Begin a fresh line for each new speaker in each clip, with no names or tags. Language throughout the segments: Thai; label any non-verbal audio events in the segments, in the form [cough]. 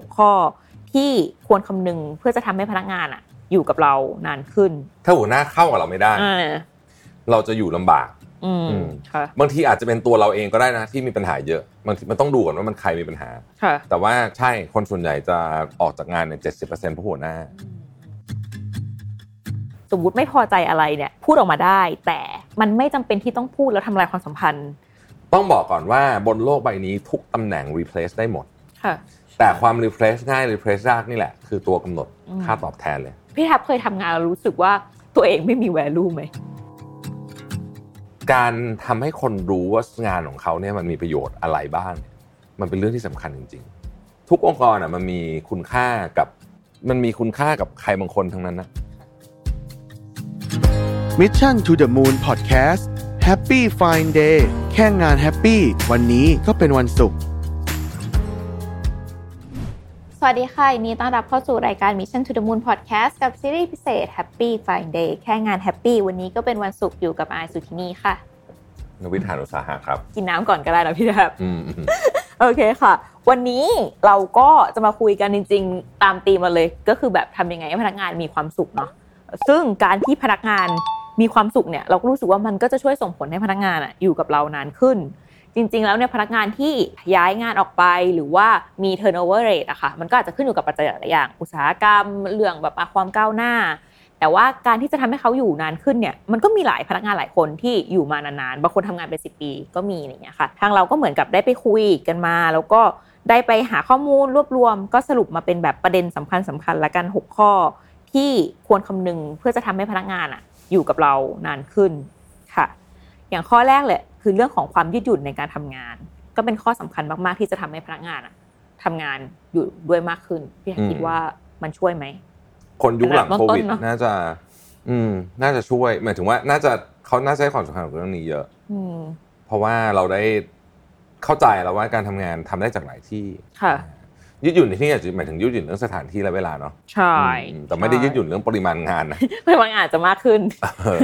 6 ข้อ ที่ควรคำนึงเพื่อจะทำให้พนักงานอะอยู่กับเรานานขึ้น
ถ้าหัวหน้าเข้ากับเราไม่ได้
อ่า
เราจะอยู่ลำบาก
อืม
อืม
ค่ะ
บางทีอาจจะเป็นตัวเราเองก็ได้นะที่มีปัญหาเยอะบางทีมันต้องดูก่อนว่ามันใครมีปัญหา
ค่ะ
แต่ว่าใช่คนส่วนใหญ่จะออกจากงานเนี่ยเจ็ดสิบเปอร์เซ็นต์เพราะหัวหน้า
สมมติไม่พอใจอะไรเนี่ย พูดออกมาได้ แต่มันไม่จำเป็นที่ต้องพูดแล้วทำลายความสัมพันธ์
ต้องบอกก่อนว่าบนโลกใบนี้ทุกตำแหน่ง replace ได้หมด
ค่ะ
แต่ความ replace ง่าย replace ยากนี่แหละ คือตัวกำหนด
อืม
ค่าตอบแทนเลย
พี่ทับเคยทำงานแล้วรู้สึกว่าตัวเองไม่มีแวลูไหม
การทำให้คนรู้ว่างานของเขาเนี่ยมันมีประโยชน์อะไรบ้างเนี่ยมันเป็นเรื่องที่สำคัญจริง ๆ ทุกองค์กรอ่ะมันมีคุณค่ากับมันมีคุณค่ากับใครบางคนทั้งนั้นนะ
Mission to the Moon Podcast Happy Fine Day แค่งานแฮปปี้วันนี้ก็เป็นวันศุกร์
สวัสดีค่ะยินดีต้อนรับเข้าสู่รายการ Mission to the Moon Podcast กับซีรีส์พิเศษ Happy Fine Day แค่งาน Happy วันนี้ก็เป็นวันศุกร์อยู่กับอายสุทินีค่ะ
นวิทยานอุตสาหะครับ
กินน้ำก่อนก็ได้นะพี่ทับ
อืมอืม
โอเคค่ะ วันนี้เราก็จะมาคุยกันจริง ๆ ตามธีมมาเลย ก็คือแบบทำยังไงให้พนักงานมีความสุขเนาะซึ่งการที่พนักงานมีความสุขเนี่ย เราก็รู้สึกว่ามันก็จะช่วยส่งผลให้พนักงานอะอยู่กับเรานานขึ้น จริง ๆ แล้วเนี่ยพนักงานที่ย้ายงานออกไปหรือว่ามี turnover rate อะค่ะมันก็อาจจะขึ้นอยู่กับปัจจัยหลายๆอย่าง อุตสาหกรรมเรื่องแบบความก้าวหน้า แต่ว่าการที่จะทำให้เขาอยู่นานขึ้นเนี่ยมันก็มีหลายพนักงานหลายคนที่อยู่มานานๆบางคนทำงานเป็นสิปีก็มีอะไรอย่างเงี้ยค่ะ ทางเราก็เหมือนกับได้ไปคุยกันมา แล้วก็ได้ไปหาข้อมูลรวบรวม ก็สรุปมาเป็นแบบประเด็นสำคัญสคัญๆละกัน 6 ข้อ ที่ควรคำนึงเพื่อจะทำให้พนักงานอะอยู่กับเรานานขึ้นค่ะ อย่างข้อแรกเลยคือเรื่องของความยืดหยุ่นในการทำงาน ก็เป็นข้อสำคัญมากๆที่จะทำให้พนักงานอะทำงานอยู่ด้วยมากขึ้นพี่ทักคิดว่ามันช่วยไหม
คนยุคหลัง
ขนาด
โค
ต้นๆ
วิด
เนอะ
น่าจะ อืม น่าจะช่วยหมายถึงว่าน่าจะเขาน่าจะให้ความสำคัญกับเรื่องนี้เยอะ
อืม
เพราะว่าเราได้เข้าใจแล้วว่าการทำงานทำได้จากหลายที่
ค่ะ
ยืดหยุ่นในที่นี้อาจจะหมายถึงยืดหยุ่นเรื่องสถานที่และเวลาเนาะ
ใช่
อืมแต่ไม่ได้ยืดหยุ่นเรื่องปริมาณงานนะ [laughs]
พลังอาจจะมากขึ้น
เออ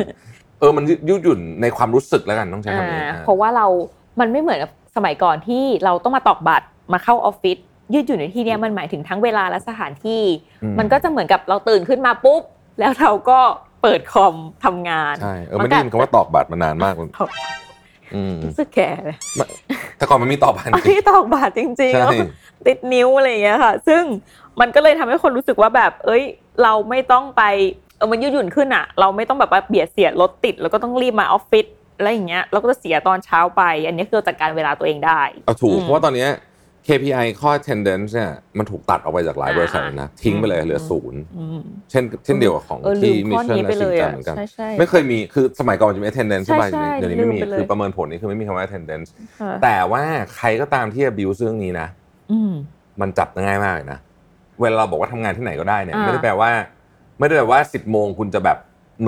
เออมันยืยืดหยุ่นในความรู้สึกแล้วกันต้องใช้คำ
อ่า
นี้อ่า
เพราะว่าเรา มันไม่เหมือนกับสมัยก่อนที่เราต้องมาตอกบัตรมาเข้าออฟฟิศยืดหยุ่นในที่เนี้ยมันหมายถึงทั้งเวลาและสถานที่
อื
มันก็จะเหมือนกับเราตื่นขึ้นมาปุ๊บ แล้วเราก็เปิดคอมทำงาน
ใช่เออ
มั
ไม่
นก็
ได้ยินคำว่าตอกบัตรมานานมาก
ตอก
อืม
รู้สึกแก่เลย
แต่ก่อนมันมีตอกบัตร
เอาที่ตอกบัตรจริงๆ
ใช่
แล้วติดนิ้วอะไรอย่างเงี้ยค่ะ ซึ่งมันก็เลยทำให้คนรู้สึกว่าแบบ เอ้ย เราไม่ต้องไปเออมันยืดหยุ่นขึ้นอ่ะ เราไม่ต้องแบบว่าเบียดเสียดรถติด แล้วก็ต้องรีบมาออฟฟิศอะไรอย่างเงี้ยเราก็จะเสียตอนเช้าไป อันนี้คือเราจัดการเวลาตัวเองได้
เอาถูก
อืม
เพราะว่าตอนเนี้ย KPI ข้อ attendance เนี่ยมันถูกตัดออกไปจากหลายบริษัทแล้วนะทิ้งไปเลยเหลือศูนย์
อืม
เช่นเช่นเดียวกับของ
เออลื
ที่
ม
มิ
ข้อ
ชชั่น
นี้ไป
และ
เลย
สิจั
อ่ะ
เหมือนกัน
ใช่ใช่
ไม่เคยมีคือสมัยก่อนจะมี attendance
ใช่
ใช่ป่ะ
ใช่
เดี๋ยวนี้ไม่มี
ลืมไปเลย
คือประเมินผลนี่คือไม่มีคำว่า attendance
ค่ะ
แต่ว่าใครก็ตามที่ abuse เรื่องนี้นะ
อืม
มันจับง่ายมากเลยนะ เวลาเราบอกว่าทำงานที่ไหนก็ได้เนี่ย
อ่า
ไม่ได้แปลว่า ไม่ได้แปลว่าสิบโมงคุณจะแบบ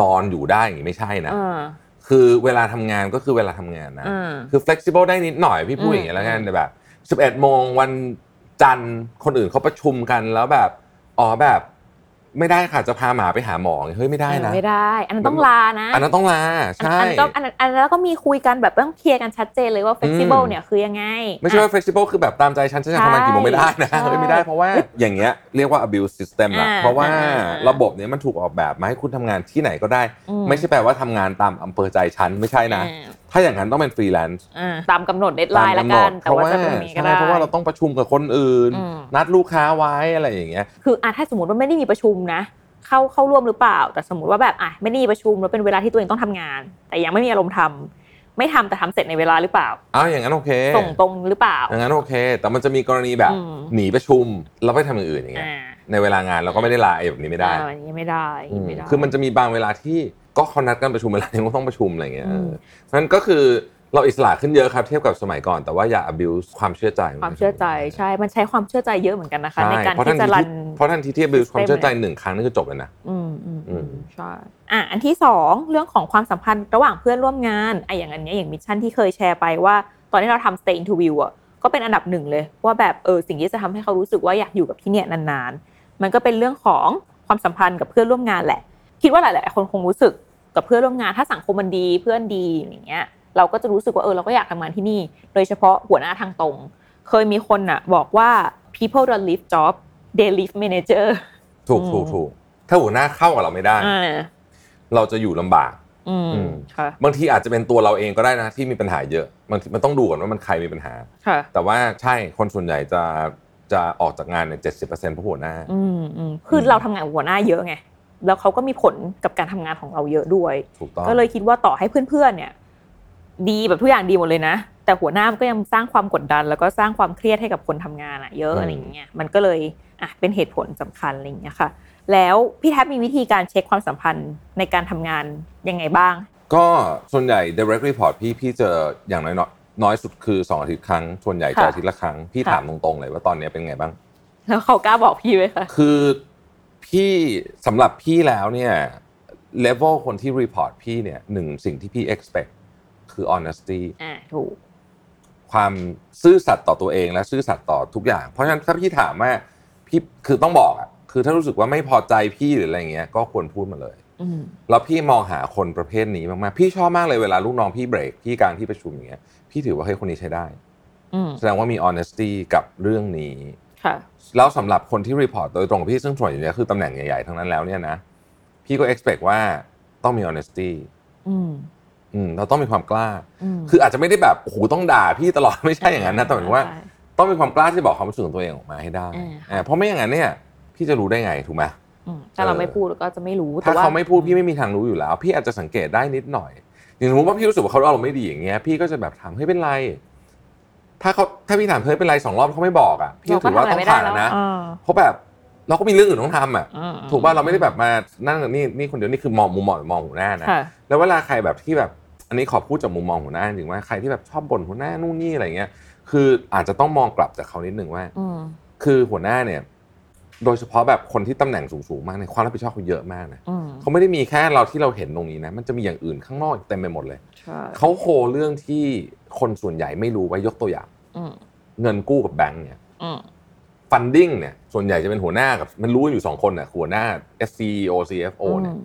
นอนอยู่ได้อย่างนี้ไม่ใช่นะ
อ่า
คือเวลาทำงานก็คือเวลาทำงานนะ
อ่า
คือ flexible ได้นิดหน่อยพี่พูดอย่างเงี้ยแล้วกันแต่แบบสิบเอ็ดโมงวันจันทร์คนอื่นเขาประชุมกันแล้วแบบอ๋อแบบ ไม่ได้ค่ะจะพาหมาไปหาหมอเฮ้ยไม่ได้นะ
ไม่ได้ อันนั้นต้องลานะ
อันนั้นต้องลา
อัน
ใช่
อันนั้นก็อันนั้นอันนั้นก็มีคุยกันแบบต้องเคลียร์กันชัดเจนเลยว่า flexible
อืม
เนี่ยคือยังไง
ไม่ใช่ว่า flexible คือแบบตามใจฉันฉันจะทำงานกี่โมงไม่ได้นะ
ใช่
เอ้ยไม่ได้เพราะว่าอย่างเงี้ยเรียกว่า abuse system นะ
อ่า
เพราะว่า
อ่า
ระบบเนี้ยมันถูกออกแบบมาให้คุณทำงานที่ไหนก็ได้
อืม
ไม่ใช่แปลว่าทำงานตามอำเภอใจฉันไม่ใช่นะ
อ่า
ถ้าอย่างนั้นต้องเป็น freelance
อ่าตามกำหนดเดทไล
ตาม
น์ละ
กำหน
กั
ด
น แต่ว่าจะเป็นแบบนี้ก็
ใช่
ได้
เพราะว่าเราต้องประชุมกับคนอื่น
อืม
นัดลูกค้าไว้อะไรอย่างเงี้ย
คืออ่ะถ้าสมมติว่าไม่ได้มีประชุมนะ เข้าเข้าร่วมหรือเปล่า แต่สมมติว่าแบบอ่ะไม่ได้มีประชุมแล้วเป็นเวลาที่ตัวเองต้องทำงาน แต่ยังไม่มีอารมณ์ทำไม่ทำแต่ทำเสร็จในเวลาหรือเปล่า
อ้าวอย่างนั้นโอเค
ส่งตรงหรือเปล่า
อย่างนั้นโอเค แต่มันจะมีกรณีแบบ
อืม
หนีประชุมแล้วไปทำอย่างอื่นอย่างเงี้ย
อ่า
ในเวลางานเราก็ไม่ได้ลาไอ้แบบนี้ไม่ได้
อ่าอย่างนี้ไม่ได้
อืม
ไม่ได้
คือมันจะมีบางเวลาที่ก็เขานัดกันประชุมเวลานี้ก็ต้องประชุมอะไรเงี้ย
อืม
เออนั้นก็คือเราอิสระขึ้นเยอะครับเทียบกับสมัยก่อน แต่ว่าอย่า abuse ความเชื่อใจ
ความเชื่อใจใช่ มันใช้ความเชื่อใจเยอะเหมือนกันนะคะ
ใช่
ในการ
เพราะทัน
ที่จะ
ที
รัน
ที่เพราะทันทีที่ abuse
system
ความเชื่อใจหนึ่งครั้งนี่ก็จบเลยนะ
อืมอืมอืม
อืม
ใช่อ่ะอันที่สองเรื่องของความสัมพันธ์ระหว่างเพื่อนร่วมงานไอะอย่างอันเนี้ยอย่างมิชชั่นที่เคยแชร์ไปว่า ตอนที่เราทำ stay interview อ่ะก็เป็นอันดับหนึ่งเลย ว่าแบบเออสิ่งที่จะทำให้เขารู้สึกว่าอยากอยู่กับที่เนี่ยนานๆ มันก็เป็นเรื่องของความสัมพันธ์กับเพื่อนร่วมงานแหละ คิดว่าหลายๆคนคงรู้สึกกับเพื่อนร่วมงาน ถ้าสังคมมันดีเพื่อนดีอย่างเงี้ยเราก็จะรู้สึกว่าเออเราก็อยากทำงานที่นี่ โดยเฉพาะหัวหน้าทางตรง เคยมีคนน่ะบอกว่า P people don't leave job they leave manager
ถูกถูกถูกถ้าหัวหน้าเข้ากับเราไม่ได้
อ่า
เราจะอยู่ลำบาก
อืม
อืม
ค่ะ
บางทีอาจจะเป็นตัวเราเองก็ได้นะที่มีปัญหาเยอะบางทีมันต้องดูก่อนว่ามันใครมีปัญหา
ค่ะ
แต่ว่าใช่คนส่วนใหญ่จะจะออกจากงานเนี่ยเจ็ดสิบเปอร์เซ็นต์เพราะหัวหน้า
อืมอืมคือ
ม
เราทำงานกับหัวหน้าเยอะไง แล้วเขาก็มีผลกับการทำงานของเราเยอะด้วย
ถูกต้อง
ก็เลยคิดว่าต่อให้เพื่อนๆเนี่ย ดีแบบทุกอย่างดีหมดเลยนะ แต่หัวหน้ามันก็ยังสร้างความกดดัน แล้วก็สร้างความเครียดให้กับคนทำงานอะเยอะ
อืม
อะไรอย่างเงี้ยมันก็เลยอ่ะเป็นเหตุผลสำคัญอะไรอย่างเงี้ยค่ะ แล้วพี่แท็บมีวิธีการเช็คความสัมพันธ์ในการทำงานยังไงบ้าง
ก็ส่วนใหญ่ direct report พี่พี่เจออย่างน้อยๆน้อยสุดคือ 2 อาทิตย์ครั้ง ส่วนใหญ่เจอ
ค่ะ
อาทิตย์ละครั้ง พี่
ค่ะ
ถามตรงๆเลยว่าตอนเนี้ยเป็นไงบ้าง
แล้วเขากล้าบอกพี่ไหมคะ
คือพี่สำหรับพี่แล้วเนี่ย level คนที่ report พี่เนี่ยหนึ่งสิ่งที่พี่ expect คือ honesty
อ่าถูก
ความซื่อสัตย์ต่อตัวเองและซื่อสัตย์ต่อทุกอย่าง เพราะฉะนั้นถ้าพี่ถามว่าพี่คือต้องบอกอะคือถ้ารู้สึกว่าไม่พอใจพี่หรืออะไรเงี้ยก็ควรพูดมาเลย
อืม
แล้วพี่มองหาคนประเภทนี้มากๆ พี่ชอบมากเลยเวลาลูกน้องพี่เบรกพี่กลางที่ประชุมอย่างเงี้ยพี่ถือว่าเฮ้ยคนนี้ใช้ได้
อืม
แสดงว่ามี honesty กับเรื่องนี้
ค่ะ
แล้วสำหรับคนที่รีพอร์ตโดยตรงกับพี่ซึ่งส่วนใหญ่คือตำแหน่งใหญ่ๆทั้งนั้นแล้วเนี่ยนะพี่ก็ expect ว่าต้องมี honesty
อืม
อืมเราต้องมีความกล้า
อืม
คืออาจจะไม่ได้แบบโอ้โหต้องด่าพี่ตลอด [laughs] ไม่ใช่อย่างนั้นนะแต่หมายถึงว่า
ใช่
ต้องมีความกล้าที่จะบอกความรู้สึกของตัวเองออกมาให้ได้
อ่า
อ่าเพราะไม่อย่างนั้นเนี่ย พี่จะรู้ได้ไงถูกไหม
อืมถ้าเรา
เออ
ไม่พูดก็จะไม่รู้แต่
ถ้า
ว่
เขาไม่พูดพี่ไม่มีทางรู้อยู่แล้ว พี่อาจจะสังเกตได้นิดหน่อย อย่างสมมติว่าพี่รู้สึกว่าเขาอารมณ์ไม่ดีอย่างเงี้ย พี่ก็จะแบบถามเฮ้ยเป็นไร ถ้าเขาถ้าพี่ถามเฮ้ยเป็นไรสองรอบเขาไม่บอกอ่ะพี่
เร
ก็ถือว่า
ทำะไร
ต้อง
ไม่ได้
ผ่าน
แล้ว
แล้วนะ
อ่า
เพราะแบบเราก็มีเรื่องอื่นต้องทำอ่ะ
อืม
ถูกป่ะเราไม่ได้แบบมานั่งนี่นี่คนเดียวนี่คือมองมุมมองมองหัวหน้านะ
ค่ะ
แล้วเวลาใครแบบที่แบบอันนี้ขอพูดจากมุมมองหัวหน้าจริงๆว่าใครที่แบบชอบบ่นหัวหน้านู่นนี่อะไรเงี้ย คืออาจจะต้องมองกลับจากเขานิดหนึ่งว่า
อืม
คือหัวหน้าเนี่ย โดยเฉพาะแบบคนที่ตำแหน่งสูงๆมากเนี่ยความรับผิดชอบเขาเยอะมากนะ
อืม
เขาไม่ได้มีแค่เราที่เราเห็นตรงนี้นะมันจะมีอย่างอื่นข้างนอกอีกเต็มไปหมดเลย
ใช่
เขาโคเรื่องที่คนส่วนใหญ่ไม่รู้ไว้ยกตัวอย่าง
อืม
เงินกู้กับแบงก์เนี่ย
อืม
ฟันดิ้งเนี่ยส่วนใหญ่จะเป็นหัวหน้ากับมันรู้อยู่สองคนน่ะหัวหน้า SCO CFO เนี่ย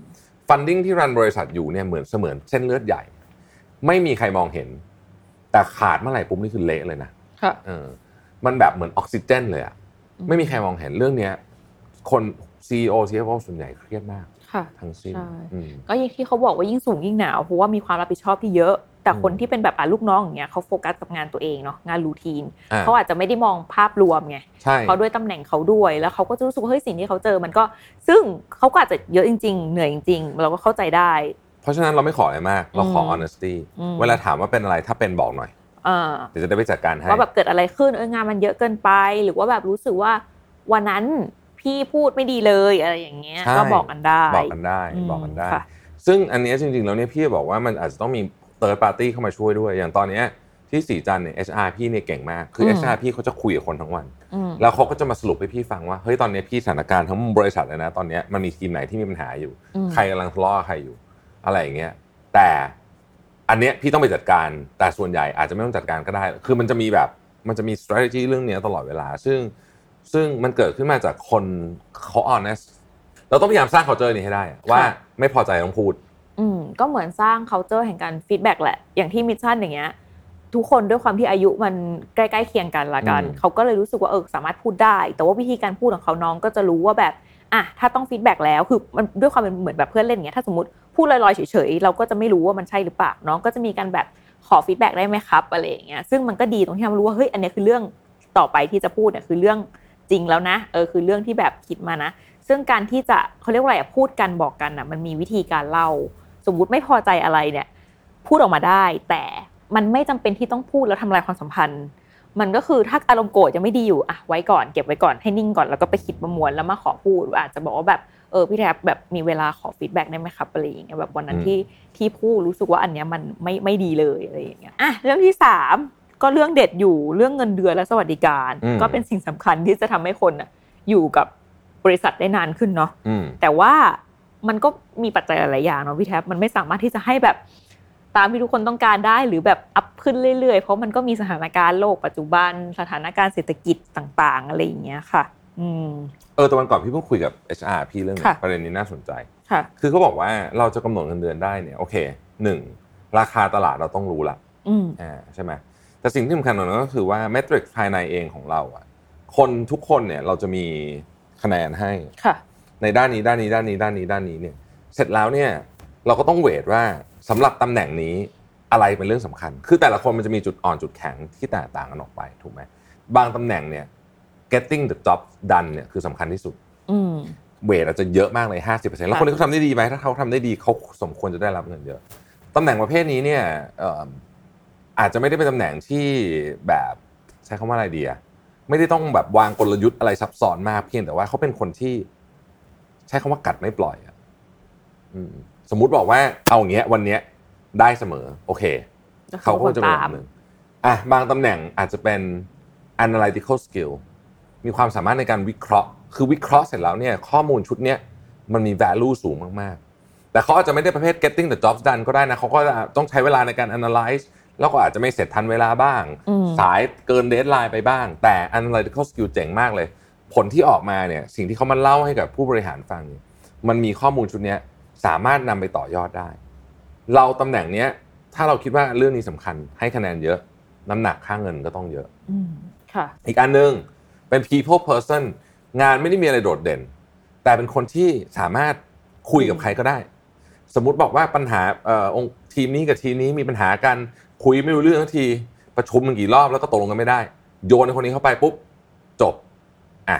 ฟันดิ้งที่รันบริษัทอยู่เนี่ยเหมือนเสมือนเส้นเลือดใหญ่ ไม่มีใครมองเห็น แต่ขาดเมื่อไหร่ปุ๊บนี่คือเละเลยนะ
ค่ะ
เออมันแบบเหมือนออกซิเจนเลยอะ
อืม
ไม่มีใครมองเห็นเรื่องเนี้ยคน CEO CFO ส่วนใหญ่เครียดมาก
ค่ะ
ทั้งสิ้น
ใช่
อืม
ก็อย่างที่เขาบอกว่ายิ่งสูงยิ่งหนาวเพราะว่ามีความรับผิดชอบที่เยอะ แต่
อืม
คนที่เป็นแบบอ่ะลูกน้องอย่างเงี้ยเขาโฟกัสกับงานตัวเองเนาะงานรูทีน
อ่า
เขาอาจจะไม่ได้มองภาพรวมไง
ใช่
เขาด้วยตำแหน่งเขาด้วยแล้วเขาก็จะรู้สึกว่าเฮ้ยสิ่งที่เขาเจอมันก็ ซึ่งเขาก็อาจจะเยอะจริง ๆ เหนื่อยจริงๆเราก็เข้าใจได้
เพราะฉะนั้นเราไม่ขออะไรมาก เราขอ
อืม
honesty
อืม
เวลาถามว่าเป็นอะไรถ้าเป็นบอกหน่อย
อ่า
เดี๋ยวจะได้ไปจัดการให้
ว่าแบบเกิดอะไรขึ้นเอองานมันเยอะเกินไป หรือว่าแบบรู้สึกว่าวันนั้นพี่พูดไม่ดีเลยอะไรอย่างเงี้ย
ใช่
ก็บอกกันได้
บอกกันได้
อืม
บอกกันได้
ค่ะ
ซึ่งอันเนี้ยจริงๆ แล้วเนี่ยพี่จะบอกว่ามันอาจจะต้องมี third party เข้ามาช่วยด้วย อย่างตอนเนี้ยที่สีจันเนี่ย HR พี่เนี่ยเก่งมาก คือ
อืม
HR พี่เขาจะคุยกับคนทั้งวัน
อืม
แล้วเขาก็จะมาสรุปให้พี่ฟังว่า เฮ้ย ตอนเนี้ยพี่สถานการณ์ทั้งบริษัทเลยนะ ตอนเนี้ยมันมีทีมไหนที่มีปัญหาอยู่
อืม
ใครกำลังทะเลาะกับใครอยู่ อะไรอย่างเงี้ย แต่อันเนี้ยพี่ต้องไปจัดการ แต่ส่วนใหญ่อาจจะไม่ต้องจัดการก็ได้ คือมันจะมีแบบ มันจะมี strategy เรื่องเนี้ยตลอดเวลา ซึ่ง ซึ่งมันเกิดขึ้นมาจากคนเขา honest เราต้องพยายามสร้าง culture นี้ให้ได้อะว่า
ค่ะ
ไม่พอใจต้องพูด
อืมก็เหมือนสร้าง culture แห่งการ feedback แหละ อย่างที่มิชชั่นอย่างเงี้ย ทุกคนด้วยความที่อายุมันใกล้ๆเคียงกันละกัน
อืม
เขาก็เลยรู้สึกว่าเออสามารถพูดได้ แต่ว่าวิธีการพูดของเขาน้องก็จะรู้ว่าแบบอ่ะถ้าต้อง feedback แล้วคือมันด้วยความเป็นเหมือนแบบเพื่อนเล่นอย่างเงี้ยถ้าสมมติพูดลอยๆเฉยๆเราก็จะไม่รู้ว่ามันใช่หรือเปล่าน้องก็จะมีการแบบขอ feedback ได้ไหมครับอะไรอย่างเงี้ยซึ่งมันก็ดีตรงที่เรารู้ว่าเฮ้ยอันเนี้ยคือเรื่องต่อไปที่จะพูดเนี่ยคือเรื่องจริงแล้วนะเออคือเรื่องที่แบบคิดมานะ ซึ่งการที่จะเขาเรียกว่าอะไรอะพูดกันบอกกันอ่ะมันมีวิธีการเล่า สมมติไม่พอใจอะไรเนี่ย พูดออกมาได้ แต่มันไม่จำเป็นที่ต้องพูดแล้วทำลายความสัมพันธ์ มันก็คือถ้าอารมณ์โกรธยังไม่ดีอยู่อะไว้ก่อนเก็บไว้ก่อนให้นิ่งก่อนแล้วก็ไปคิดประมวลแล้วมาขอพูดอาจจะบอกว่าแบบเออพี่แทบแบบมีเวลาขอฟีดแบ็กได้ไหมครับอะไรอย่างเงี้ยแบบวันนั้น
อืม
ที่ที่พูดรู้สึกว่าอันเนี้ยมันไม่ไม่ดีเลยอะไรอย่างเงี้ยอ่ะเรื่องที่สามก็เรื่องเด็ดอยู่เรื่องเงินเดือนและสวัสดิการ ก็เป็นสิ่งสำคัญที่จะทำให้คนอะอยู่กับบริษัทได้นานขึ้นเนาะ
อืม
แต่ว่ามันก็มีปัจจัยหลายๆอย่างเนาะพี่แท็บมันไม่สามารถที่จะให้แบบตามที่ทุกคนต้องการได้หรือแบบอัพขึ้นเรื่อยๆ เพราะมันก็มีสถานการณ์โลกปัจจุบันสถานการณ์เศรษฐกิจต่างๆ อะไรอย่างเงี้ยค่ะ อืม
เออแต่วันก่อนพี่เพิ่งคุยกับ HR พี่เรื่องหนึ่ง
ค่ะ
ประเด็นนี้น่าสนใจ
ค่ะ
คือเขาบอกว่าเราจะกำหนดเงินเดือนได้เนี่ย โอเคหนึ่งราคาตลาดเราต้องรู้ละ
อืม
อ่าใช่ไหมแต่สิ่งที่สำคัญกว่านั้นก็คือว่าเมทริกภายในเองของเราอะ คนทุกคนเนี่ยเราจะมีคะแนนให้
ค่ะ
ในด้านนี้ด้านนี้ด้านนี้ด้านนี้ด้านนี้เนี่ยเสร็จแล้วเนี่ยเราก็ต้องเวทว่าสำหรับตำแหน่งนี้อะไรเป็นเรื่องสำคัญ คือแต่ละคนมันจะมีจุดอ่อนจุดแข็งที่แตกต่างกันออกไปถูกไหมบางตำแหน่งเนี่ย getting the job done เนี่ยคือสำคัญที่สุด
อืม
เวทอาจจะเยอะมากเลย 50%แล้วคนที่เขาทำได้ดีไหมถ้าเขาทำได้ดีเขาสมควรจะได้รับเงินเยอะตำแหน่งประเภทนี้เนี่ยเอิ่มอาจจะไม่ได้เป็นตำแหน่งที่แบบใช้คำว่าอะไรดีอะไม่ได้ต้องแบบวางกลยุทธ์อะไรซับซ้อนมากเพียงแต่ว่าเขาเป็นคนที่ ใช้คำว่ากัดไม่ปล่อยอะอืมสมมุติบอกว่าเอาอย่างเงี้ยวันเนี้ยได้เสมอ โอเค เขาก็จะเป็นแบบหนึ่งอ่ะบางตำแหน่งอาจจะเป็น analytical skill มีความสามารถในการวิเคราะห์ คือวิเคราะห์เสร็จแล้วเนี่ยข้อมูลชุดเนี้ยมันมี value สูงมาก ๆ แต่เขาอาจจะไม่ได้ประเภท getting the jobs done ก็ได้นะเขาก็ต้องใช้เวลาในการ analyze แล้วก็อาจจะไม่เสร็จทันเวลาบ้าง
อืม
สายเกิน deadline ไปบ้าง แต่ analytical skill เจ๋งมากเลย ผลที่ออกมาเนี่ยสิ่งที่เขามาเล่าให้กับผู้บริหารฟังเนี่ยมันมีข้อมูลชุดเนี้ยสามารถนำไปต่อยอดได้ เราตำแหน่งเนี้ยถ้าเราคิดว่าเรื่องนี้สำคัญให้คะแนนเยอะ น้ำหนักค่าเงินก็ต้องเยอะ
อืมค่ะ
อีกอันหนึ่งเป็น people person งานไม่ได้มีอะไรโดดเด่น แต่เป็นคนที่สามารถคุยกับใครก็ได้ สมมุติบอกว่าปัญหาเอ่อองค์ทีมนี้กับทีมนี้มีปัญหากันคุยไม่รู้เรื่องทักที ประชุมมันกี่รอบแล้วก็ตกลงกันไม่ได้ โยนให้คนนี้เข้าไปปุ๊บ จบอ่ะ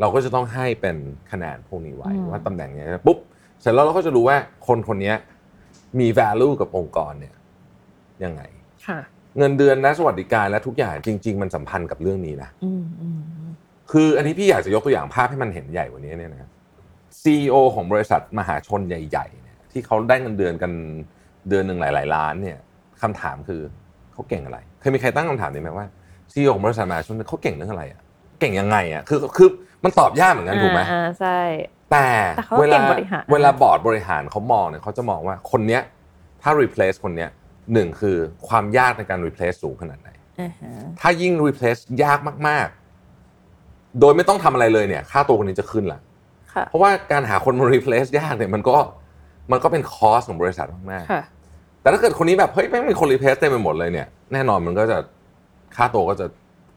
เราก็จะต้องให้เป็นคะแนนพวกนี้ไว้
อืม
ว่าตำแหน่งเนี้ยปุ๊บเสร็จแล้วเราก็จะรู้ว่าคนคนเนี้ยมี value กับองค์กรเนี่ยยังไง
ค่ะ
เงินเดือนและสวัสดิการและทุกอย่างจริง ๆ มันสัมพันธ์กับเรื่องนี้นะ
อืมอืมอืม
คืออันนี้พี่อยากจะยกตัวอย่างภาพให้มันเห็นใหญ่กว่านี้เนี่ยนะ CEO ของบริษัทมหาชนใหญ่ๆเนี่ยที่เขาได้เงินเดือนกันเดือนหนึ่งหลาย ๆ ล้านเนี่ยคำถามคือเขาเก่งอะไร เคยมีใครตั้งคำถามนี้ไหมว่า CEO ของบริษัทมหาชนเขาเก่งเรื่องอะไรอ่ะเก่งยังไงอ่ะคือคือมันตอบยากเหมือนกันถูกไหม
อ่าใช่
แต่
แต่เขาก็
เว
เก่
ลาง
บริหาร
เวลาบอร์ดบริหารเขามองเนี่ยเขาจะมองว่าคนเนี้ยถ้า replace คนเนี้ยหนึ่งคือความยากในการ replace สูงขนาดไหน
อ่าฮะ
ถ้ายิ่ง replace ยากมาก ๆ โดยไม่ต้องทำอะไรเลยเนี่ย ค่าตัวคนนี้จะขึ้นละ
ค่ะ
เพราะว่าการหาคนมา replace ยากเนี่ยมันก็มันก็เป็นคอสของบริษัทมาก
ค่ะ
ๆ แต่ถ้าเกิดคนนี้แบบเฮ้ยแม่งมีคน replace เต็มไปหมดเลยเนี่ย แน่นอนมันก็จะค่าตัวก็จะ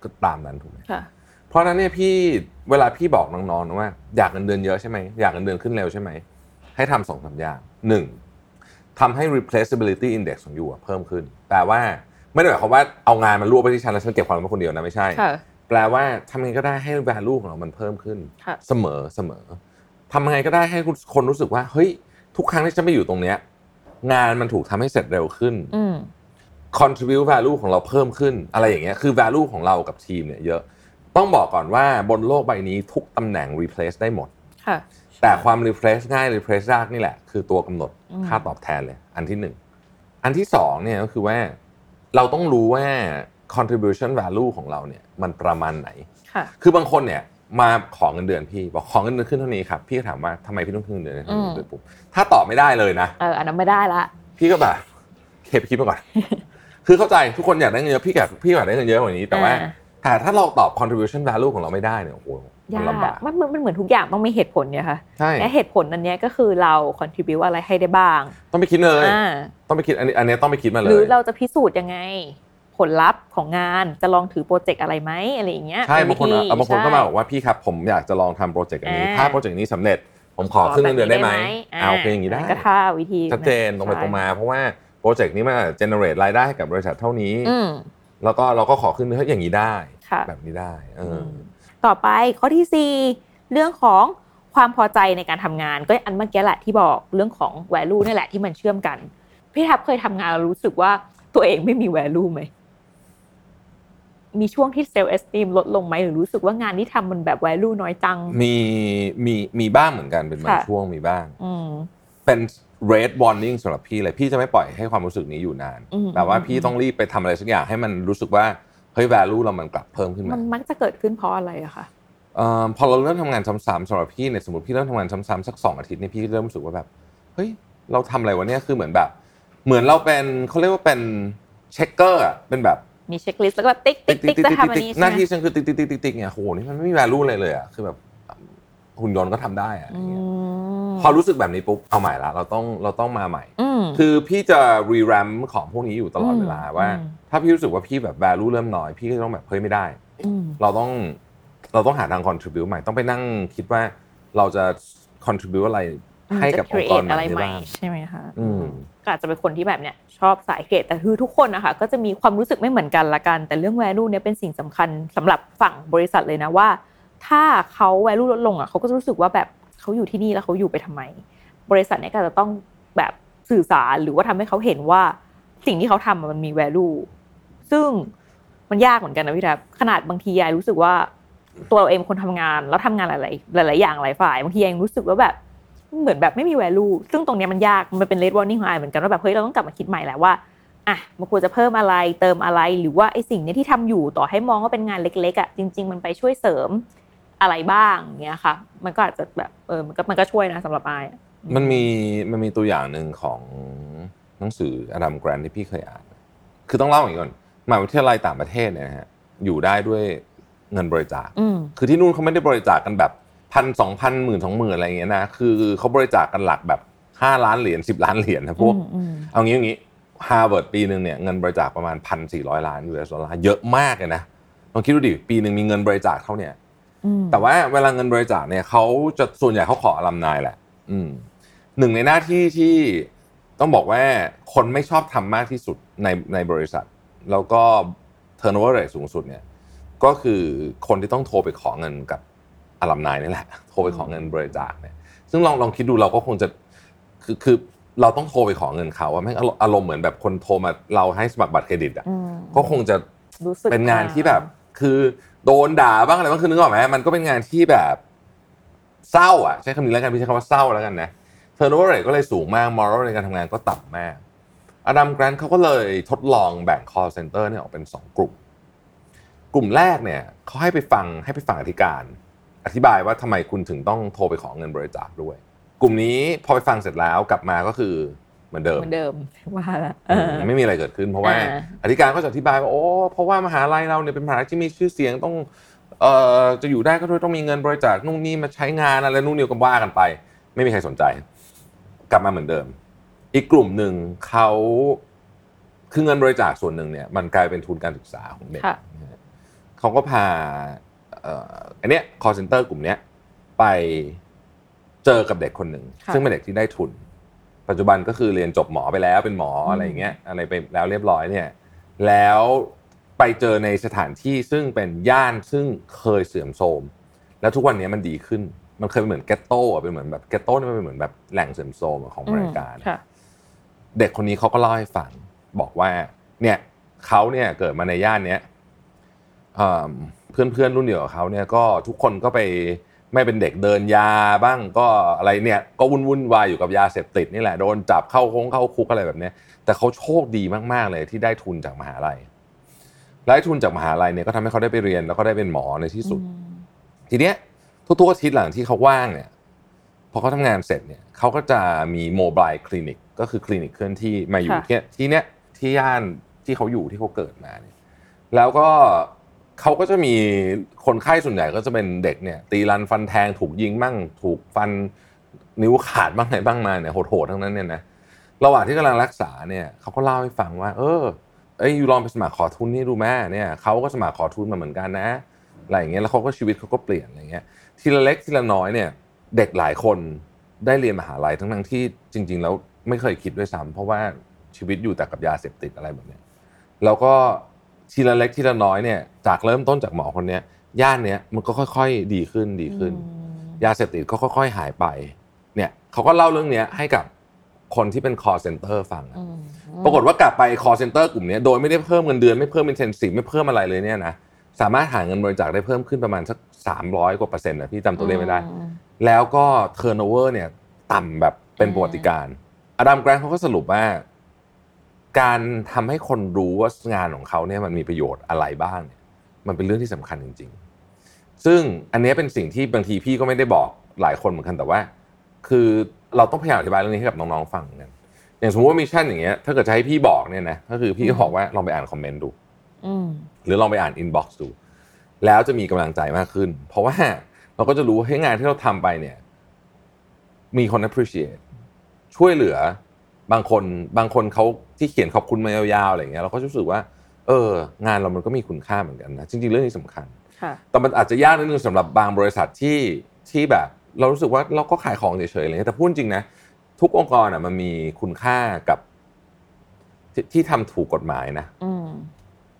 ก็ตามนั้นถูกไหม
ค่ะ
เพราะฉะนั้นเนี่ยพี่เวลาพี่บอกน้องๆนะว่าอยากเงินเดือนเยอะใช่ไหมอยากเงินเดือนขึ้นเร็วใช่ไหมให้ทำสองสามอย่างหนึ่งทำให้ replaceability index ของยูอะเพิ่มขึ้น แปลว่าไม่ได้หมายความว่าเอางานมารวบไปที่ฉันแล้วฉันเก็บความรู้ไว้คนเดียวนะไม่ใช่
ค่ะ
แปลว่าทำยังไงก็ได้ให้ value ของเรามันเพิ่มขึ้น
ค่ะ
เสมอเสมอทำยังไงก็ได้ให้คนรู้สึกว่าเฮ้ยทุกครั้งที่ฉันไปอยู่ตรงเนี้ยงานมันถูกทำให้เสร็จเร็วขึ้น
อืม
contribute value ของเราเพิ่มขึ้นอะไรอย่างเงี้ยคือ value ของเรากับทีมเนี่ยเยอะ ต้องบอกก่อนว่าบนโลกใบนี้ทุกตำแหน่ง replace ได้หมด
ค่ะ
แต่ความ replace ง่าย replace ยากนี่แหละ คือตัวกำหนด
อืม
ค่าตอบแทนเลย อันที่หนึ่งอันที่สองเนี่ยก็คือว่าเราต้องรู้ว่า contribution value ของเราเนี่ยมันประมาณไหน
ค่ะ
คือบางคนเนี่ยมาขอเงินเดือนพี่บอกขอเงินเดือนขึ้นเท่านี้ครับพี่ก็ถามว่าทำไมพี่ต้องขึ้นเงินเดือนให้เท่านี้ด้วยปุ๊บถ้าตอบไม่ได้เลยนะ
เอออันนั้นไม่ได้ละ
พี่ก็แบบเก็บคิดมาก่อน [laughs] คือเข้าใจทุกคนอยากได้เงินเยอะพี่อยากพี่อยากได้เงินเยอะกว่านี้แต่ว่า
อ่า
แต่ถ้าเราตอบ contribution value ของเราไม่ได้เนี่ยโอ้โห
ยาก
มันลำบาก
มันเหมือนมันเหมือนทุกอย่างมันมีเหตุผลเนี่ยค่ะ
ใช่
และเหตุผลอันเนี้ยก็คือเรา contribu อะไรให้ได้บ้าง
ต้องไปคิดเลย
อ่า
ต้องไปคิดอันนี้อันนี้ต้องไปคิดมาเล
หรือย เราจะพิสูจน์ยังไง ผลลัพธ์ของงานจะลองถือโปรเจกต์อะไรไหมอะไรอย่างเงี้ย
ใช่บางคน
เป็วิธี
อ่ะเอาบางคนก็มา
ใช่
บอกว่าพี่ครับผมอยากจะลองทำโปรเจกต์อันนี้
อ่า
ถ้าโปรเจกต์นี้สำเร็จ ผมขอขึ้นเงินเดือนได้ไหม
อ่
เอาโอเคอย่างนี้ได้
ก็ท่าวิธี
ชัดเจนตรงไปตรงมา เพราะว่าโปรเจกต์นี้มันเจเนเรตรายได้ให้กับบริษัทเท่านี้
อืม
แล้วก็เราก็ขอขึ้นเงินให้อย่างนี้ได้
ค่ะ
แบบนี้ได้เอออ
ม ต่อไปข้อที่ 4 เรื่องของความพอใจในการทำงานก็อันเมื่อกี้แหละที่บอกเรื่องของ value นี่แหละที่มันเชื่อมกัน พี่ทับเคยทำงานแล้วรู้สึกว่าตัวเองไม่มี value ไหม มีช่วงที่ self esteem ลดลงไหมหรือรู้สึกว่างานที่ทำมันแบบ value น้อยจัง
มีมีมีบ้างเหมือนกันเป็นบาง
ค่ะ
ช่วงมีบ้าง
อืม
เป็น red warning สำหรับพี่เลยพี่จะไม่ปล่อยให้ความรู้สึกนี้อยู่นาน
อืม
แต่ว่าพี่ต้องรีบไปทำอะไรสักอย่างให้มันรู้สึกว่าเฮ้ย value เรามันกลับเพิ่มขึ้น
มั
มาน
มักจะเกิดขึ้นเพราะอะไรอะคะ
เอ่อพอเราเริ่มทำงานซ้ำๆสำหรับพี่เนี่ยสมมติพี่เริ่มทำงานซ้ำๆสักสองอาทิตย์เนี่ยพี่เริ่มรู้สึกว่าแบบเฮ้ยเราทำอะไรวะเนี่ยคือเหมือนแบบ เหมือนเราเป็นเขาเรียกว่าเป็นเช็คเกอร์เป็นแบบ
มีเช็คลิสต์แล้วก็ติ๊กติ๊กติ๊กจะทำอันนี้
ห
ใช่
น้า
ไหม
ที่ฉันคือติ๊กติ๊กติ๊กติ๊กติ๊กเนี่ยโหนี่มันไม่มี value เลยเลยอ่ะคือแบบหุ่นยนต์ก็ทำได้อะอะไรเงี้ย พอรู้สึกแบบนี้ปุ๊บเอาใหม่ละเราต้องเราต้องมาใหม่ คือพี่จะรีแรมของพวกนี้อยู่ตลอดเวลา
อืม
ว่า
อืม
ถ้าพี่รู้สึกว่าพี่แบบ value เริ่มน้อย พี่ก็ต้องแบบเฮ้ยไม่ได้
อืม
เราต้อง เราต้องหาทาง contribute ใหม่ต้องไปนั่งคิดว่าเราจะ contribute อะไรให้กับองค์กร
จะ create
ให
อะไรให
ม่ได้
ม่
บ้าง
ใช่ไหมคะ
อืม
ก็อาจจะเป็นคนที่แบบเนี่ยชอบสายเกรดแต่คือทุกคนนะคะก็จะมีความรู้สึกไม่เหมือนกันละกัน แต่เรื่อง value เนี่ยเป็นสิ่งสำคัญสำหรับฝั่งบริษัทเลยนะว่า ถ้าเขา value ลดลงอ่ะเขาก็จะรู้สึกว่าแบบเขาอยู่ที่นี่แล้วเขาอยู่ไปทำไม บริษัทเนี่ยก็จะต้องแบบสื่อสารหรือว่าทำให้เขาเห็นว่าสิ่งที่เขาทำอะมันมี value ซึ่งมันยากเหมือนกันนะพี่แทบขนาดบางทียายรู้สึกว่า ตัวเราเองเป็นคนทำงานแล้วทำงานหลาย ๆ หลาย ๆ อย่างหลายฝ่ายบางทียายยังรู้สึกว่าแบบ เหมือนแบบไม่มี value ซึ่งตรงเนี้ยมันยากมันเป็น red warning ของอายเหมือนกันว่าแบบเฮ้ยเราต้องกลับมาคิดใหม่แล้วว่าอ่ะมันควรจะเพิ่มอะไรเติมอะไรหรือว่าไอ้สิ่งเนี้ยที่ทำอยู่ต่อให้มองว่าเป็นงานเล็ก ๆ อ่ะจริง ๆ มันไปช่วยเสริมอะไรบ้างเงี้ยค่ะ มันก็อาจจะแบบเออมันก็มันก็ช่วยนะสำหรับอาย
มันมีมันมีตัวอย่างหนึ่งของหนังสืออดัมแกรนที่พี่เคยอ่าน คือต้องเล่าอย่างนี้ก่อนมหาวิทยาลัยต่างประเทศเนี่ยนะฮะอยู่ได้ด้วยเงินบริจาค
อืม
คือที่นู่นเขาไม่ได้บริจาคกันแบบพันสองพันหมื่นสองหมื่นอะไรอย่างเงี้ยนะคือเขาบริจาคกันหลักแบบห้าล้านเหรียญสิบล้านเหรียญนะพวก
อืมอืม
เอางี้เอางี้ฮาร์วาร์ดปีหนึ่งเนี่ยเงินบริจาคประมาณพันสี่ร้อยล้าน US ดอลลาร์เยอะมากเลยนะลองคิดดูดิปีหนึ่งมีเงินบริจาคเท่าเนี่ย
อืม
แต่ว่าเวลาเงินบริจาคเนี่ยเขาจะส่วนใหญ่เขาขออลัมนายแหละ อืมหนึ่งในหน้าที่ที่ต้องบอกว่าคนไม่ชอบทำมากที่สุดในในบริษัท แล้วก็เทอร์โนเวอร์เรทสูงสุดเนี่ยก็คือคนที่ต้องโทรไปขอเงินกับอลัมนายนี่แหละ [laughs] โทรไปขอเงินบริจาคเนี่ย ซึ่งลองลองคิดดูเราก็คงจะคือคือเราต้องโทรไปขอเงินเขาอะแม่งอารมณ์เหมือนแบบคนโทรมาเราให้สมัครบัตรเครดิตอะ
อืม
ก็คงจะ
รู้สึก
เป็นงานที่แบบคือโดนด่าบ้างอะไรบ้างคือนึกออกไหมมันก็เป็นงานที่แบบเศร้าอ่ะใช้คำนี้แล้วกันพี่ใช้คำว่าเศร้าแล้วกันนะเทอร์โนเวอร์เรทก็เลยสูงมากมอรัลในการทำงานก็ต่ำมากอดัมแกรนเขาก็เลยทดลองแบ่ง call center เนี่ยออกเป็น 2 กลุ่ม กลุ่มแรกเนี่ยเขาให้ไปฟังให้ไปฟังอธิการ อธิบายว่าทำไมคุณถึงต้องโทรไปขอเงินบริจาคด้วย กลุ่มนี้พอไปฟังเสร็จแล้วกลับมาก็คือเหมือนเดิม
เหมือนเดิม [laughs] ว่าละเอ
อืม
อ
ไม่มีอะไรเกิดขึ้นเพราะว่า
อ่า
อธิการก็จะอธิบายว่าโอ้เพราะว่ามหาลัยเราเนี่ยเป็นมหาลัยที่มีชื่อเสียงต้องเอ่อจะอยู่ได้ก็ด้วยต้องมีเงินบริจาคนู่นนี่มาใช้งานอะไรนู่นนี่ก็ว่ากันไป ไม่มีใครสนใจ กลับมาเหมือนเดิม อีกกลุ่มหนึ่งเขาคือเงินบริจาคส่วนหนึ่งเนี่ย มันกลายเป็นทุนการศึกษาของเด็ก
ค่ะ
เขาก็พาเอ่ออันเนี้ย call center กลุ่มเนี้ยไปเจอกับเด็กคนหนึ่ง
ค่ะ
ซึ่งเป็นเด็กที่ได้ทุน ปัจจุบันก็คือเรียนจบหมอไปแล้วเป็นหมอ
ม
อะไรอย่างเงี้ยอะไรไปแล้วเรียบร้อยเนี่ย แล้วไปเจอในสถานที่ซึ่งเป็นย่านซึ่งเคยเสื่อมโทรม แล้วทุกวันนี้มันดีขึ้น มันเคยเป็นเหมือนแกตโต้อะเป็นเหมือนแบบแกตโต้เนี่ยมันเป็นเหมือนแบบแหล่งเสื่อมโทรมอะของอเมริกานะ
ค่ะ
เด็กคนนี้เขาก็เล่าให้ฟังบอกว่า เนี่ยเขาเนี่ยเกิดมาในย่านเนี้ยเพื่อนเพื่อนๆรุ่นเดียวกับเขาเนี่ยก็ทุกคนก็ไปไม่เป็นเด็กเดินยาบ้างก็อะไรเนี่ย ก็วุ่นวุ่นวายอยู่กับยาเสพติดนี่แหละโดนจับเข้าคงเข้าคุกอะไรแบบเนี้ยแต่เขาโชคดีมากๆเลยที่ได้ทุนจากมหาลัยและได้ทุนจากมหาลัยเนี่ยก็ทำให้เขาได้ไปเรียนแล้วก็ได้เป็นหมอในที่สุด ทีเนี้ยทุกๆอาทิตย์หลังที่เขาว่างเนี่ยพอเขาทำงานเสร็จเนี่ยเขาก็จะมีโมบายคลินิกก็คือคลินิกเคลื่อนที่มาอยู่
ค่ะ
ที่ที่เนี้ยที่ย่านที่เขาอยู่ที่เขาเกิดมาเนี่ยแล้วก็เขาก็จะมีคนไข้ส่วนใหญ่ก็จะเป็นเด็กเนี่ย ตีรันฟันแทงถูกยิงบ้างถูกฟันนิ้วขาดบ้างไหนบ้างมาเนี่ยโหดๆทั้งนั้นเนี่ยนะระหว่างที่กำลังรักษาเนี่ยเขาก็เล่าให้ฟังว่า เออ เอ้ยอยู่ลองไปสมัครขอทุนนี่ดูแม่เนี่ยเขาก็สมัครขอทุนมาเหมือนกันนะอะไรอย่างเงี้ยแล้วเขาก็ชีวิตเขาก็เปลี่ยนอะไรเงี้ยทีละเล็กทีละน้อยเนี่ย เด็กหลายคนได้เรียนมหาลัยทั้งทั้งๆที่จริง ๆ แล้วไม่เคยคิดด้วยซ้ำเพราะว่าชีวิตอยู่แต่กับยาเสพติดอะไรแบบเนี้ยแล้วก็ทีละเล็กทีละน้อยเนี่ยจากเริ่มต้นจากหมอคนเนี้ยย่านเนี้ยมันก็ค่อย ๆ ดีขึ้นดีขึ้น ยาเสพติดก็ค่อย ๆ หายไปเนี่ยเขาก็เล่าเรื่องเนี้ยให้กับคนที่เป็น call center ฟังนะ
อืม
ปรากฏว่ากลับไป call center กลุ่มเนี้ยโดยไม่ได้เพิ่มเงินเดือนไม่เพิ่ม intensive ไม่เพิ่มอะไรเลยเนี่ยนะสามารถหาเงินบริจาคได้เพิ่มขึ้นประมาณสัก300 กว่าเปอร์เซ็นต์นะพี่จำตัวเลขไม่ได้
อืม
แล้วก็ turnover เนี่ยต่ำแบบเป็นประวัติการณ์อดัมแกรนท์เขาก็สรุปว่า การทำให้คนรู้ว่างานของเขาเนี่ยมันมีประโยชน์อะไรบ้างเนี่ยมันเป็นเรื่องที่สำคัญจริง ๆ ซึ่งอันเนี้ยเป็นสิ่งที่บางทีพี่ก็ไม่ได้บอกหลายคนเหมือนกันแต่ว่า คือเราต้องพยายามอธิบายเรื่องนี้ให้กับน้องๆฟังกัน อย่างสมมติว่ามิชชั่นอย่างเงี้ยถ้าเกิดจะให้พี่บอกเนี่ยนะก็คือพี่ก็บอกว่าลองไปอ่านคอมเมนต์ดู
อืม
หรือลองไปอ่านอินบ็อกซ์ดู แล้วจะมีกำลังใจมากขึ้น เพราะว่าเราก็จะรู้ว่าให้ยงานที่เราทำไปเนี่ย มีคน appreciate ช่วยเหลือบางคนบางคนเขาที่เขียนขอบคุณมายาวๆอะไรอย่างเงี้ยเราก็รู้สึกว่า เออ งานเรามันก็มีคุณค่าเหมือนกันนะจริงๆเรื่องนี้สำคัญ
ค่ ค่ะ
แต่มันอาจจะยากนิดนึงสำหรับบางบริษัทที่ที่แบบ เรารู้สึกว่าเราก็ขายของเฉยๆอะไรเงี้ยแต่พูดจริงนะ ทุกองค์กรอ่ะมันมีคุณค่ากับทที่ทำถูกกฎหมายนะ
อืม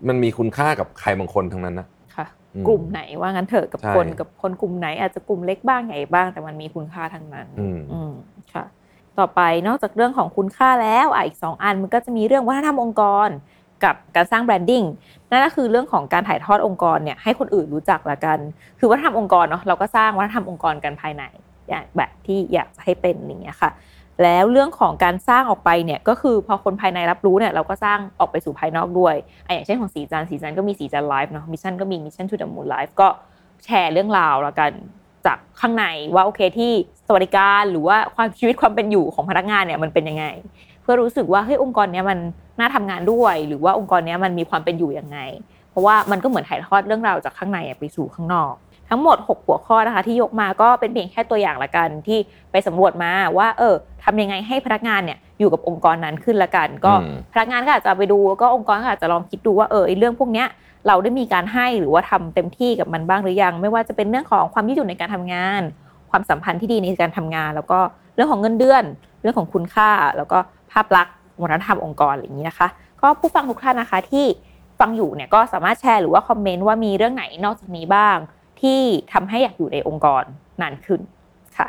มันมีคุณค่ากับใครบางคนทั้งนั้นนะ
ค่ะ
อื
กลุ่มไหนว่างั้นเถอะกับ
ใช่
คนกับคนกลุ่มไหน อาจจะกลุ่มเล็กบ้างใหญ่บ้างแต่มันมีคุณค่าทั้งนั้น
อืม
มค่ะ ต่อไปนอกจากเรื่องของคุณค่าแล้วอ่ะอีกสองอันมันก็จะมีเรื่องวัฒนธรรมองค์กร กับการสร้างแบรนดิ้งนั่นก็คือเรื่องของการถ่ายทอดองค์กรเนี่ยให้คนอื่นรู้จักละกัน คือวัฒนธรรมองค์กรเนาะเราก็สร้างวัฒนธรรมองค์กรกันภายในอย่างแบบที่อยากจะให้เป็นอย่างเงี้ยค่ะ แล้วเรื่องของการสร้างออกไปเนี่ยก็คือพอคนภายในรับรู้เนี่ยเราก็สร้างออกไปสู่ภายนอกด้วยอ่ะอย่างเช่นของสีจันทร์สีจันทร์ก็มีสีจันไลฟ์เนาะมิชชั่นก็มีมิชชั่นทูดมูลไลฟ์ก็แชร์เรื่องราวแล้วกันจากข้างในว่าโอเคที่สวัสดิการหรือว่าความชีวิตความเป็นอยู่ของพนักงานเนี่ยมันเป็นยังไง เพื่อรู้สึกว่าเฮ้ยองค์กรเนี้ยมันน่าทำงานด้วย หรือว่าองค์กรเนี้ยมันมีความเป็นอยู่ยังไง เพราะว่ามันก็เหมือนถ่ายทอดเรื่องราวจากข้างในอะไปสู่ข้างนอก ทั้งหมด 6 หัวข้อนะคะ ที่ยกมาก็เป็นเพียงแค่ตัวอย่างละกันที่ไปสำรวจมาว่า เออทำยังไงให้พนักงานเนี่ยอยู่กับองค์กรนั้นขึ้นละกัน ก็
อืม
พนักงานก็อาจจะไปดูแล้วก็องค์กรก็อาจจะลองคิดดูว่าเออไอ้เรื่องพวกเนี้ยเราได้มีการให้หรือว่าทำเต็มที่กับมันบ้างหรือยัง ไม่ว่าจะเป็นเรื่องของความยืดหยุ่นในการทำงาน ความสัมพันธ์ที่ดีในการทำงาน แล้วก็เรื่องของเงินเดือน เรื่องของคุณค่า แล้วก็ภาพลักษณ์วัฒนธรรมองค์กรอะไรอย่างนี้นะคะ ก็ผู้ฟังทุกท่านนะคะที่ฟังอยู่เนี่ยก็สามารถแชร์หรือว่าคอมเมนต์ว่ามีเรื่องไหนนอกจากนี้บ้าง ที่ทำให้อยากอยู่ในองค์กรนานขึ้นค่ะ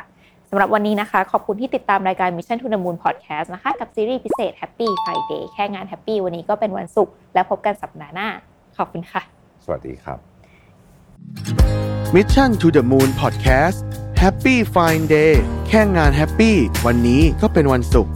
สำหรับวันนี้นะคะ ขอบคุณที่ติดตามรายการ Mission to the Moon Podcast นะคะ กับซีรีส์พิเศษ Happy Friday แค่งาน Happy วันนี้ก็เป็นวันศุกร์แล้วพบกันสัปดาห์หน้า ขอบคุณค่ะ
สวัสดีครับ
Mission to the Moon Podcast Happy Fine Day แค่งานแฮปปี้วันนี้ก็เป็นวันศุกร์